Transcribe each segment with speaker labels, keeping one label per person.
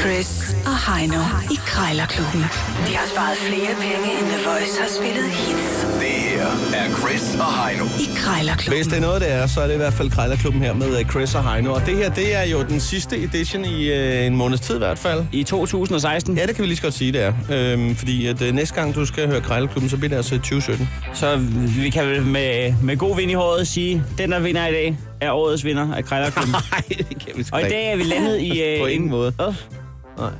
Speaker 1: Chris og Heino i Krejlerklubben. De har sparet flere penge, end The Voice har spillet hits
Speaker 2: Det her er Chris og Heino.
Speaker 1: i Krejlerklubben.
Speaker 3: Hvis det er noget, det er, så er det i hvert fald Krejlerklubben her med øh, Chris og Heino. Og det her, det er jo den sidste edition i øh, en måneds tid i hvert fald.
Speaker 4: I 2016,
Speaker 3: Ja, det kan vi lige så godt sige, det er. Øhm, fordi at, øh, næste gang, du skal høre Krejlerklubben, så bliver det altså i 2017.
Speaker 4: så vi kan vel med, med god vind i håret sige, den der vinder i dag er årets vinder af Krejlerklubben.
Speaker 3: Nej, det kan vi sgu
Speaker 4: Og i
Speaker 3: da
Speaker 4: dag er vi landet i... øh,
Speaker 3: På ingen
Speaker 4: en-
Speaker 3: måde.
Speaker 4: Hvad?
Speaker 3: Nej.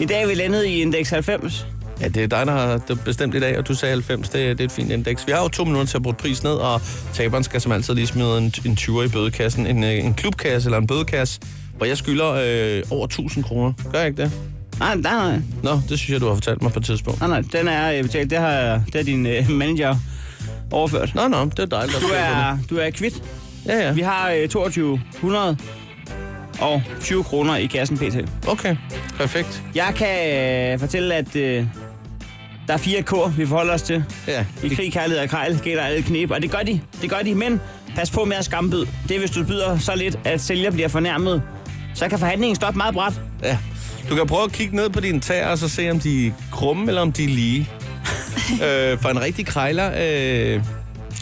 Speaker 4: I dag er vi landet i indeks 90.
Speaker 3: Ja, det er dig, der har der bestemt i dag, og du sagde 90. Det, er- det er et fint indeks. Vi har jo to minutter til at bruge pris ned, og taberen skal som altid lige smide en, en 20 i bødekassen. En, øh, en klubkasse eller en bødekasse, hvor jeg skylder øh, over 1000 kroner. Gør jeg ikke det?
Speaker 4: Nej, nej, nej.
Speaker 3: Nå, det synes jeg, du har fortalt mig på et tidspunkt.
Speaker 4: Nej, nej, den er øh, betalt. Det har, jeg- det har din øh, manager overført.
Speaker 3: Nå, nå, det er dejligt. at
Speaker 4: Du
Speaker 3: styr på det.
Speaker 4: er, du er kvit.
Speaker 3: Ja, ja.
Speaker 4: Vi har øh, 2200 og 20 kroner i kassen pt.
Speaker 3: Okay, perfekt.
Speaker 4: Jeg kan øh, fortælle, at øh, der er fire kår, vi forholder os til.
Speaker 3: Ja,
Speaker 4: I krig, kærlighed og krejl gælder alle knep, og det gør de. Det gør de, men pas på med at skambyde. Det er, hvis du byder så lidt, at sælger bliver fornærmet. Så kan forhandlingen stoppe meget bræt.
Speaker 3: ja. Du kan prøve at kigge ned på dine tæer, og så se, om de er krumme, eller om de er lige. øh, for en rigtig krejler øh,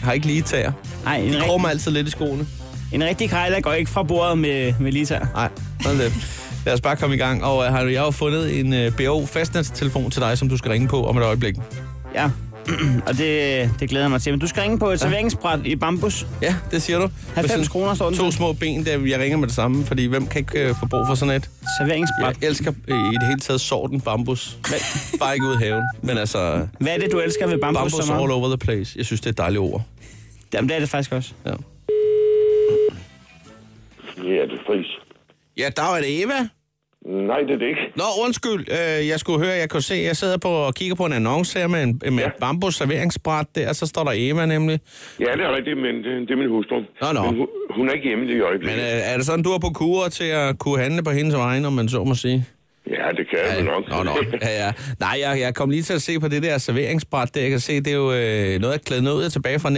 Speaker 3: har ikke lige tæer.
Speaker 4: Nej, en,
Speaker 3: De
Speaker 4: rig-
Speaker 3: krummer altid lidt i skoene.
Speaker 4: en rigtig krejler går ikke fra bordet med, med Lisa.
Speaker 3: Nej, sådan er det. Lad os bare komme i gang. Og øh, Heino, jeg har jo fundet en øh, BO fastnetstelefon til dig, som du skal ringe på om et øjeblik.
Speaker 4: Ja, og det, det glæder jeg mig til. Men du skal ringe på et serveringsbræt i bambus.
Speaker 3: Ja, det siger du.
Speaker 4: 90
Speaker 3: Med sådan
Speaker 4: kroner står den
Speaker 3: To
Speaker 4: til.
Speaker 3: små ben, der jeg ringer med det samme, fordi hvem kan ikke øh, få brug for sådan et?
Speaker 4: Serveringsbræt.
Speaker 3: Jeg elsker øh, i det hele taget sorten bambus. Men, bare ikke ud i haven. Men altså,
Speaker 4: Hvad er det, du elsker ved bambus,
Speaker 3: bambus
Speaker 4: så meget?
Speaker 3: all over the place. Jeg synes, det er et dejligt ord.
Speaker 4: Jamen, det er det faktisk også.
Speaker 3: Ja.
Speaker 5: Ja, det er fris.
Speaker 3: Ja, der var det Eva.
Speaker 5: Nej, det er det ikke.
Speaker 3: Nå, undskyld. Øh, jeg skulle høre, jeg kunne se, jeg sidder på og kigger på en annonce her med, en, med ja.
Speaker 5: Ja.
Speaker 3: et bambus serveringsbræt der, og så står der Eva nemlig.
Speaker 5: Ja, det er rigtigt, men det, det er min hustru.
Speaker 3: Nå, nå.
Speaker 5: Men hun, hun er ikke hjemme lige i
Speaker 3: Men
Speaker 5: øjeblikket.
Speaker 3: øh, er det sådan, du er på kur til at kunne handle på hendes vegne, om man så må sige?
Speaker 5: ja, det kan jeg jo nok.
Speaker 3: Nå, nå. Ja, ja. Nej, jeg, jeg kom lige til at se på det der serveringsbræt der. Jeg kan se, det er jo øh, noget af klædet ud tilbage fra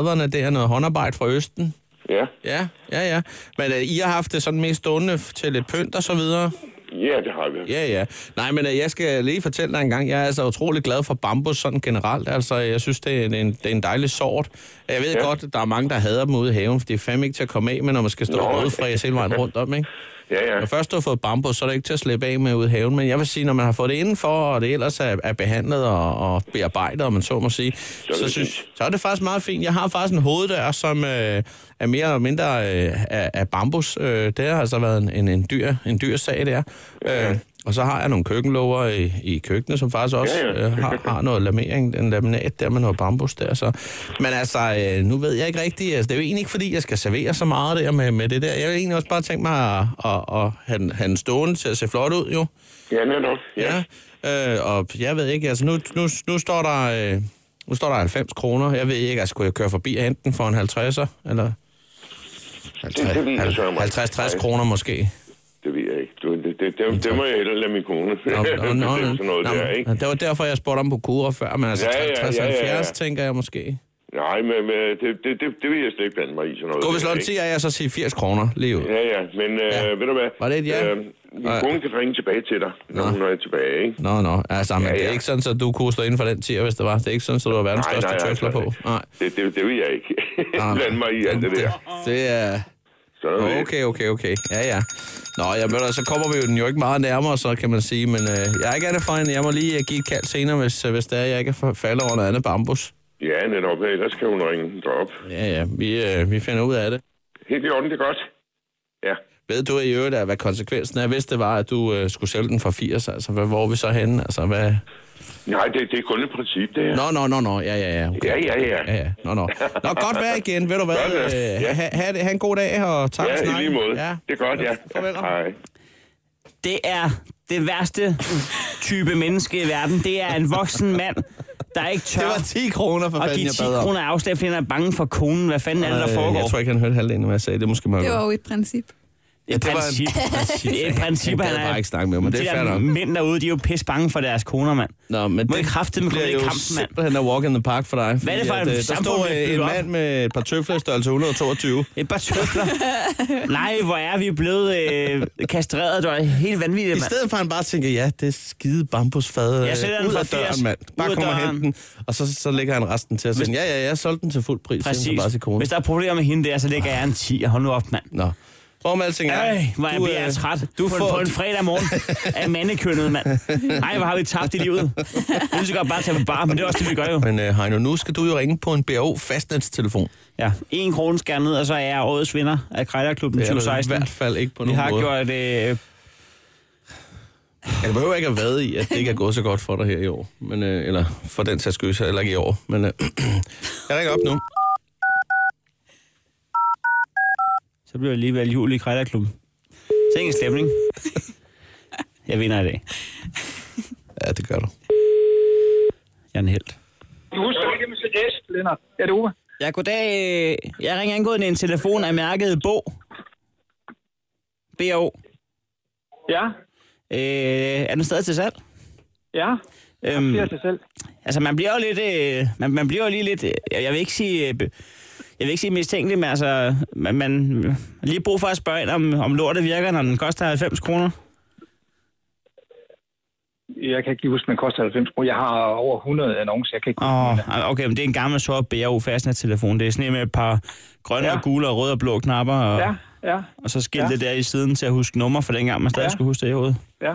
Speaker 3: 1930'erne. Det er noget håndarbejde fra Østen.
Speaker 5: ja.
Speaker 3: Ja, ja, ja. Men øh, I har haft det sådan mest stående f- til lidt pynt og så videre.
Speaker 5: ja, det har vi. Ja.
Speaker 3: Ja, ja. Nej, men øh, jeg skal lige fortælle dig en gang. Jeg er altså utrolig glad for bambus sådan generelt. Altså, jeg synes, det er en, en, det er en dejlig sort. Jeg ved ja.
Speaker 5: Ja.
Speaker 3: godt, at der er mange, der hader dem ude i haven, for det er fandme ikke til at komme af med, når man skal stå
Speaker 5: Nå.
Speaker 3: og rødfræs hele vejen rundt om, ikke?
Speaker 5: ja,
Speaker 3: Når først du har fået bambus, så er det ikke til at slippe af med ud i haven. Men jeg vil sige, når man har fået det indenfor, og det ellers er, er behandlet og, og bearbejdet, om man så må sige, så,
Speaker 5: det
Speaker 3: så,
Speaker 5: fint.
Speaker 3: synes, så er det faktisk meget fint. Jeg har faktisk en hoveddør, som øh, er mere eller mindre øh, af, af bambus. Øh, det har altså været en, en, en, dyr, en dyr sag, der. Øh, og så har jeg nogle køkkenlåger i, i køkkenet, som faktisk også
Speaker 5: Ja, ja.
Speaker 3: øh, har, har noget lamering, en laminat der med noget bambus der. Så. Men altså, øh, nu ved jeg ikke rigtigt, altså, det er jo egentlig ikke fordi, jeg skal servere så meget der med, med det der. Jeg vil egentlig også bare tænke mig at, at, at have, den, have den stående til at se flot ud, jo.
Speaker 5: ja netop. Ja. ja.
Speaker 3: Øh, og jeg ved ikke, altså nu, nu, nu står der... Øh, nu står der 90 kroner. Jeg ved ikke, altså, skulle jeg køre forbi og hente den for en 50'er? Eller
Speaker 5: det ved jeg sørme.
Speaker 3: 50-60 kroner måske.
Speaker 5: Det ved jeg ikke. Du, det, det, det, det må jeg hellere lade min kone.
Speaker 3: Nå,
Speaker 5: det
Speaker 3: nå,
Speaker 5: er
Speaker 3: nå,
Speaker 5: sådan noget
Speaker 3: nå,
Speaker 5: der, ikke?
Speaker 3: nå, det var derfor, jeg spurgte om på kurer før, men altså
Speaker 5: Ja, ja,
Speaker 3: 50-70,
Speaker 5: ja, ja, ja.
Speaker 3: tænker jeg måske.
Speaker 5: Nej, men, men det, det, det, det vil jeg slet ikke blande mig i. Sådan noget
Speaker 3: Gå hvis
Speaker 5: der,
Speaker 3: lån
Speaker 5: ikke?
Speaker 3: 10, og jeg så siger 80 kroner lige ud.
Speaker 5: Ja, ja, men
Speaker 3: Ja.
Speaker 5: øh, ved du hvad?
Speaker 3: Var det et ja?
Speaker 5: Øh, min
Speaker 3: Nej.
Speaker 5: kone kan ringe tilbage til dig, når
Speaker 3: Nå.
Speaker 5: hun er tilbage, ikke?
Speaker 3: Nå, nå, altså, men
Speaker 5: Ja,
Speaker 3: det er
Speaker 5: ja.
Speaker 3: ikke sådan, at du kunne stå inden for den 10'er, hvis det var. Det er ikke sådan, at du har verdens største tøfler på. Nej.
Speaker 5: altså, Det, det, det vil jeg ikke
Speaker 3: nej.
Speaker 5: blande mig i alt det der.
Speaker 3: Det er...
Speaker 5: Sådan er det.
Speaker 3: Okay, okay, okay. Ja, ja. Nå, jeg men, altså, så kommer vi jo den jo ikke meget nærmere, så kan man sige, men øh, jeg er ikke andet for en. Jeg må lige øh, give et kald senere, hvis, øh, hvis det er, jeg ikke kan falde over noget andet bambus.
Speaker 5: Ja, netop. Ellers kan hun ringe derop.
Speaker 3: Ja, ja, vi, øh, vi finder ud af det.
Speaker 5: Helt i orden, det er godt. Ja.
Speaker 3: Ved du i øvrigt, at hvad konsekvensen er, hvis det var, at du øh, skulle sælge den for 80? Altså, hvad, hvor er vi så henne? Altså, hvad...
Speaker 5: Nej, det, det er kun et princip, det her.
Speaker 3: Nå, nå, nå, nå, ja, ja, ja. Okay.
Speaker 5: Ja, ja, ja.
Speaker 3: ja, ja. Nå, nå. Nå, godt vær igen, ved du hvad.
Speaker 5: Godt vejr,
Speaker 3: Øh,
Speaker 5: ja.
Speaker 3: ha, ha, det- ha, en god dag, og tak for
Speaker 5: ja, i
Speaker 3: snakken.
Speaker 5: lige måde. Ja. Det er godt, ja.
Speaker 3: Farvel.
Speaker 5: Hej.
Speaker 4: Det er det værste type menneske i verden. Det er en voksen mand, der ikke tør
Speaker 3: Det var 10 kroner for
Speaker 4: at
Speaker 3: fanden,
Speaker 4: give
Speaker 3: jeg
Speaker 4: 10
Speaker 3: bad om.
Speaker 4: kroner afslag, fordi han er bange for konen. Hvad fanden er det, der
Speaker 3: Øh,
Speaker 4: foregår?
Speaker 3: Jeg tror ikke, han hørte halvdelen af, hvad jeg sagde. Det er måske meget
Speaker 6: Det
Speaker 3: godt.
Speaker 6: var jo et princip.
Speaker 3: Ja, det var
Speaker 4: princip.
Speaker 3: en princip.
Speaker 4: Det er et princip,
Speaker 3: han
Speaker 4: han
Speaker 3: gad
Speaker 4: er.
Speaker 3: bare ikke snakke med mig, men det er
Speaker 4: de
Speaker 3: fair
Speaker 4: der
Speaker 3: nok.
Speaker 4: mænd derude, de er jo pisse bange for deres koner, mand.
Speaker 3: Nå, men
Speaker 4: Må ikke kraftedeme komme
Speaker 3: bliver
Speaker 4: ind i
Speaker 3: jo
Speaker 4: kampen, mand.
Speaker 3: simpelthen at walk in the park for dig.
Speaker 4: Hvad er det
Speaker 3: fordi
Speaker 4: for et
Speaker 3: at, øh, Der
Speaker 4: samfund,
Speaker 3: står
Speaker 4: vi
Speaker 3: øh, en
Speaker 4: bygger op?
Speaker 3: mand med et par tøfler i størrelse 122.
Speaker 4: Et par tøfler. Nej, hvor er vi blevet øh, kastreret, du er helt vanvittigt,
Speaker 3: I
Speaker 4: mand.
Speaker 3: stedet for at han bare tænker, ja, det er skide bambusfad
Speaker 4: Jeg sætter
Speaker 3: øh,
Speaker 4: den
Speaker 3: ud
Speaker 4: for
Speaker 3: af
Speaker 4: 80.
Speaker 3: døren, mand.
Speaker 4: Ud
Speaker 3: Bare
Speaker 4: af
Speaker 3: kommer og
Speaker 4: døren.
Speaker 3: hente den, og så, så lægger han resten til at sige, ja, ja, jeg solgte den til fuld pris. ligesom siger han så
Speaker 4: Præcis.
Speaker 3: Bare til konen.
Speaker 4: Hvis der er problemer med hende der, så lægger jeg en 10. Hold nu op, mand.
Speaker 3: Nå. Hvor med alting er,
Speaker 4: Ej, hvor jeg bliver
Speaker 3: øh,
Speaker 4: jeg træt
Speaker 3: Du
Speaker 4: på,
Speaker 3: får,
Speaker 4: en, på en fredag morgen af mandekønnet, mand. Nej, hvor har vi tabt i livet. Vi vil så godt bare tage på bar, men det er også det, vi gør jo.
Speaker 3: Men øh, Heino, nu skal du jo ringe på en BRO fastnetstelefon.
Speaker 4: Ja, en krone skal ned, og så er jeg årets vinder af Krejlerklubben
Speaker 3: Det er du
Speaker 4: 2016.
Speaker 3: i hvert fald ikke på
Speaker 4: Vi
Speaker 3: nogen
Speaker 4: har
Speaker 3: måde.
Speaker 4: gjort... Øh,
Speaker 3: Ja, det behøver ikke at være i, at det ikke er gået så godt for dig her i år. Men, øh, eller for den sags skyld, så heller ikke i år. Men øh, jeg ringer op nu.
Speaker 4: så bliver det alligevel jul i Krejlerklubben. Så ingen stemning. Jeg vinder i dag.
Speaker 3: Ja, det gør du.
Speaker 4: Jeg er en held.
Speaker 6: Du husker ikke MCS, Lennart. Er det Uwe?
Speaker 4: Ja, goddag. øh, Jeg ringer angående en telefon af mærket Bo. B.O.
Speaker 6: Ja,
Speaker 4: Øh, er den stadig til salg?
Speaker 6: ja.
Speaker 4: Øhm,
Speaker 6: Det er sig selv.
Speaker 4: Altså, man bliver jo lidt... Øh, man, man bliver jo lige lidt... Øh, jeg jeg vil ikke sige... Øh, be- jeg vil ikke sige mistænkelig, men altså, man, man har lige brug for at spørge ind, om, om lortet virker, når den koster 90 kroner.
Speaker 6: Jeg kan ikke lige huske, den koster 90 kroner. Jeg har over 100 annoncer. Jeg kan ikke
Speaker 4: Åh, oh, okay, men det er en gammel sort BRU fastnet-telefon. Det er sådan en med et par grønne ja.
Speaker 6: Ja.
Speaker 4: og gule og røde og blå knapper, og,
Speaker 6: Ja, ja,
Speaker 4: og så skilte
Speaker 6: Ja.
Speaker 4: det der i siden til at huske nummer, for dengang man stadig
Speaker 6: Ja.
Speaker 4: skulle huske det i hovedet.
Speaker 6: ja.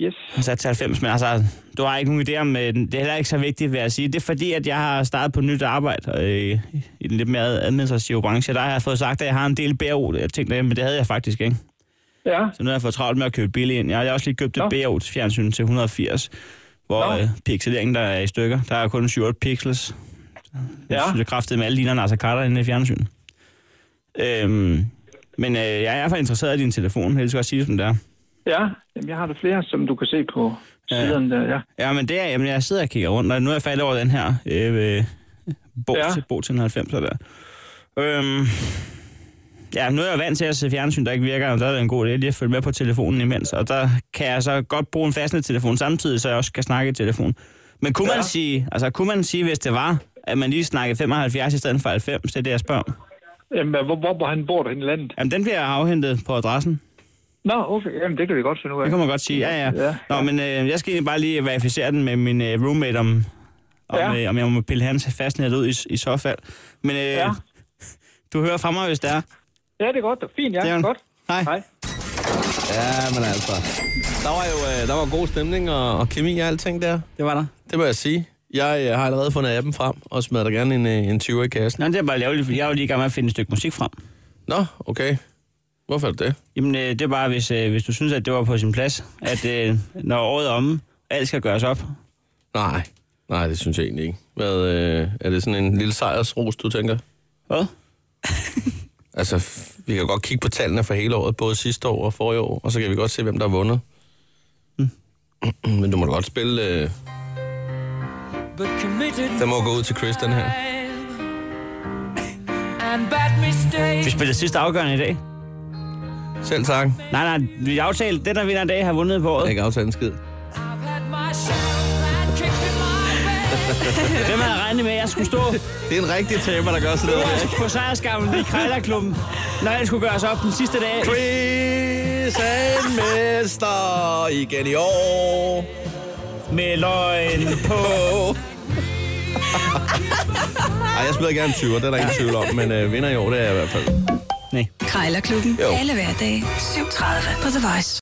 Speaker 6: Yes.
Speaker 4: Og sat til 90, men altså, du har ikke nogen idé om, øh, det er heller ikke så vigtigt, vil jeg sige. Det er fordi, at jeg har startet på nyt arbejde øh, i den lidt mere administrative branche. Der har jeg fået sagt, at jeg har en del BO. Jeg tænkte, men det havde jeg faktisk ikke.
Speaker 6: Ja,
Speaker 4: Så nu har jeg fået travlt med at købe billig ind. Jeg har også lige købt et
Speaker 6: Nå.
Speaker 4: BO til fjernsyn til 180, hvor
Speaker 6: Nå.
Speaker 4: øh, pixeleringen der er i stykker. Der er kun 7 pixels. Ja.
Speaker 6: ja.
Speaker 4: Jeg synes, det kraftede med alle ligner Nasser Carter inde i fjernsyn. Øhm, men øh, jeg er for interesseret i din telefon, jeg skal også sige det, som det er.
Speaker 6: ja. Jamen, jeg har der flere, som du kan se på
Speaker 4: Ja.
Speaker 6: siden der. Ja.
Speaker 4: Ja, men det er, jamen, jeg sidder og kigger rundt, og nu er jeg faldet over den her øh, øh, bog, ja.
Speaker 6: Ja.
Speaker 4: til, bog til den 90'er der. Øhm, ja, nu er jeg jo vant til at se fjernsyn, der ikke virker, og der er det en god idé lige at følge med på telefonen imens, og der kan jeg så godt bruge en fastnet telefon samtidig, så jeg også kan snakke i telefonen. Men kunne, ja. man sige, altså, kunne man sige, hvis det var, at man lige snakkede 75 i stedet for 90, det er det, jeg spørger om.
Speaker 6: Jamen, hvor, hvor, hvor han bor derhen i landet?
Speaker 4: Jamen, den bliver afhentet på adressen.
Speaker 6: Nå, okay. Jamen, det kan vi godt finde ud af.
Speaker 4: Det kan man godt sige, ja, ja.
Speaker 6: Ja,
Speaker 4: ja.
Speaker 6: ja.
Speaker 4: Nå, men øh, jeg skal egentlig bare lige verificere den med min øh, roommate, om, om,
Speaker 6: Ja.
Speaker 4: øh, om jeg må pille hans fastnet ud i, i så fald. Men øh, ja.
Speaker 6: Ja.
Speaker 4: du hører fra mig, hvis det er.
Speaker 6: Ja, det er godt. Fint, ja.
Speaker 4: Det er
Speaker 6: Det
Speaker 4: han.
Speaker 6: godt.
Speaker 4: Hej.
Speaker 6: Hej.
Speaker 3: Ja, men altså. Der var jo øh, der var god stemning og, og kemi og alting der.
Speaker 4: Det var der.
Speaker 3: Det må jeg sige. Jeg øh, har allerede fundet appen frem og smider dig gerne en, øh, en 20 i kassen.
Speaker 4: Nå, det er bare lavligt, for jeg er jo lige i gang med at finde et stykke musik frem.
Speaker 3: Nå, okay. Hvorfor er det det?
Speaker 4: Jamen, øh, det er bare, hvis, øh, hvis du synes, at det var på sin plads, at øh, når året er omme, alt skal gøres op.
Speaker 3: Nej, nej, det synes jeg egentlig ikke. Hvad, øh, er det sådan en lille sejrsros, du tænker?
Speaker 4: Hvad?
Speaker 3: Altså, f- vi kan godt kigge på tallene for hele året, både sidste år og forrige år, og så kan vi godt se, hvem der har vundet. Mm. Men du må da godt spille... Øh... Den må gå ud til Chris, den her.
Speaker 4: Vi spillede sidste afgørende i dag.
Speaker 3: Selv tak.
Speaker 4: Nej, nej, vi aftalte, den der vinder i dag har vundet på
Speaker 3: Jeg
Speaker 4: året.
Speaker 3: kan ikke aftale en skid.
Speaker 4: Hvem havde regnet med, at jeg skulle stå
Speaker 3: Det er en rigtig taber, der gør sådan noget.
Speaker 4: på sejrskammen i Krejlerklubben, når alt skulle gøres op den sidste dag.
Speaker 3: Chris er en mester igen i år.
Speaker 4: Med løgn på.
Speaker 3: Ej, jeg smider gerne 20, det er der ingen tvivl om, men øh, vinder i år, det er jeg i hvert fald.
Speaker 4: Nej.
Speaker 1: Krejlerklubben.
Speaker 3: Jo.
Speaker 1: Alle hverdage. 7.30 på The Voice.